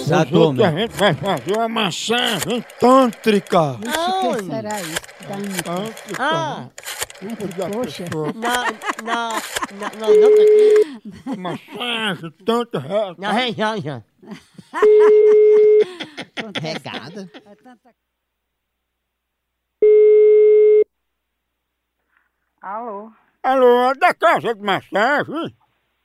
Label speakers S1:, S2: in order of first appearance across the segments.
S1: Exato,
S2: Os outros a
S1: homem.
S2: gente vai fazer uma massagem tântrica.
S3: O que
S4: Aonde?
S3: será isso? Dá um-
S2: Tântrica.
S4: Ah,
S2: Tudo da
S3: Poxa.
S2: pessoa.
S4: na, na, na, na, na,
S2: Massagem, tanto reto.
S4: na região, já.
S3: acontece
S4: Regada.
S3: tanta
S5: Alô,
S2: Alô, é da casa de massagem?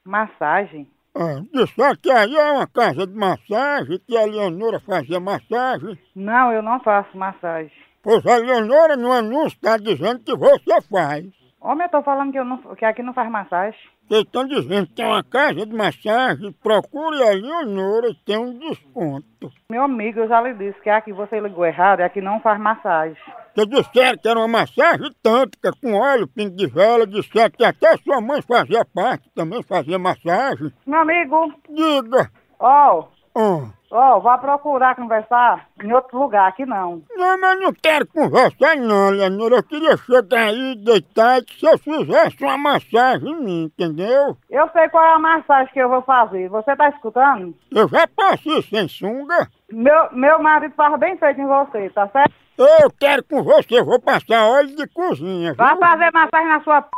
S5: massagem?
S2: Ah, só que aí é uma casa de massagem, que a Leonora fazia massagem.
S5: Não, eu não faço massagem.
S2: Pois a Leonora no anúncio está dizendo que você faz.
S5: Homem, eu tô falando que, eu não, que aqui não faz massagem.
S2: Vocês estão dizendo que tem uma casa de massagem, procure a Leonora e tem um desconto.
S5: Meu amigo, eu já lhe disse que aqui você ligou errado, é aqui não faz massagem.
S2: Vocês disseram que era uma massagem tântrica, com óleo, pinto de vela, disseram que até sua mãe fazia parte, também fazia massagem.
S5: Meu amigo,
S2: Diga,
S5: ó,
S2: ah,
S5: ó, vá procurar conversar em outro lugar, aqui não.
S2: não, mas não quero conversar não, Leonora, eu queria chegar aí, deitar, e que se eu fizesse uma massagem em mim, entendeu?
S5: Eu sei qual é a massagem que eu vou fazer, você tá escutando?
S2: Eu já passei sem sunga.
S5: Meu, meu marido faz bem feito em você, tá certo?
S2: Eu quero com você, vou passar óleo de cozinha.
S5: Vai
S2: Viu?
S5: fazer massagem na sua p...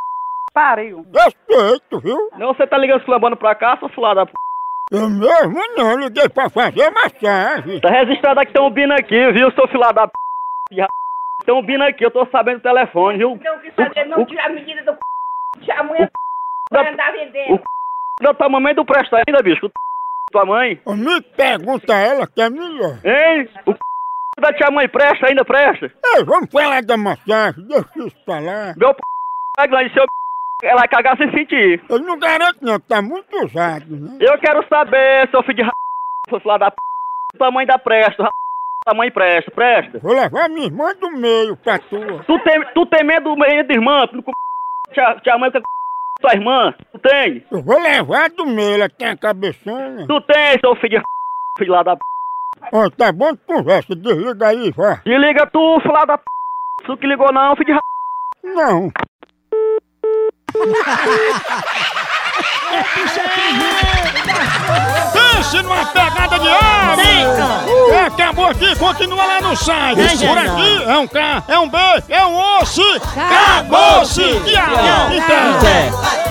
S5: pariu.
S2: Respeito, viu?
S6: Não, você tá ligando esculambando pra cá, sua fulada. p***.
S2: Eu mesmo não liguei pra fazer massagem.
S6: Tá registrado aqui, tem um bino aqui, viu, seu filho da p***, de ra- Tem um bino aqui, eu tô sabendo do telefone, viu?
S7: Não quis saber, não tira a medida do c. Tia mãe vai andar vendendo.
S6: Da tua mamãe do presta ainda, bicho. O t- tua mãe.
S2: Ô, Me pergunta ela que é melhor.
S6: Hein? O c... da tia mãe presta ainda, presta.
S2: Ei, vamos falar da massagem, deixa isso pra lá.
S6: Meu p... é grande, seu p... ela vai cagar sem sentir.
S2: Eu não garanto não, tá muito usado, né?
S6: Eu quero saber, seu filho de ra... seu filho da p... tua mãe dá presta, ra... tua mãe presta, presta.
S2: Vou levar minha irmã do meio pra tua.
S6: Tu tem, tu tem medo do meio da irmã, tu não com tia, tia mãe é com tua irmã, tu tem?
S2: Eu vou levar do meio, ela tem a cabeçona.
S6: Tu tem, seu filho de ra... filho lá da p...
S2: Ó, tá bom de conversa, desliga aí, vá.
S6: E liga tu, filha da p. Tu que ligou não, filho de ra...
S2: Não. Pense numa pegada de homem! É, Acabou aqui, continua lá no site.
S4: Veja
S2: Por
S4: não.
S2: aqui é um K, é um B, é um osso. Acabou-se! E aí, então?
S4: É.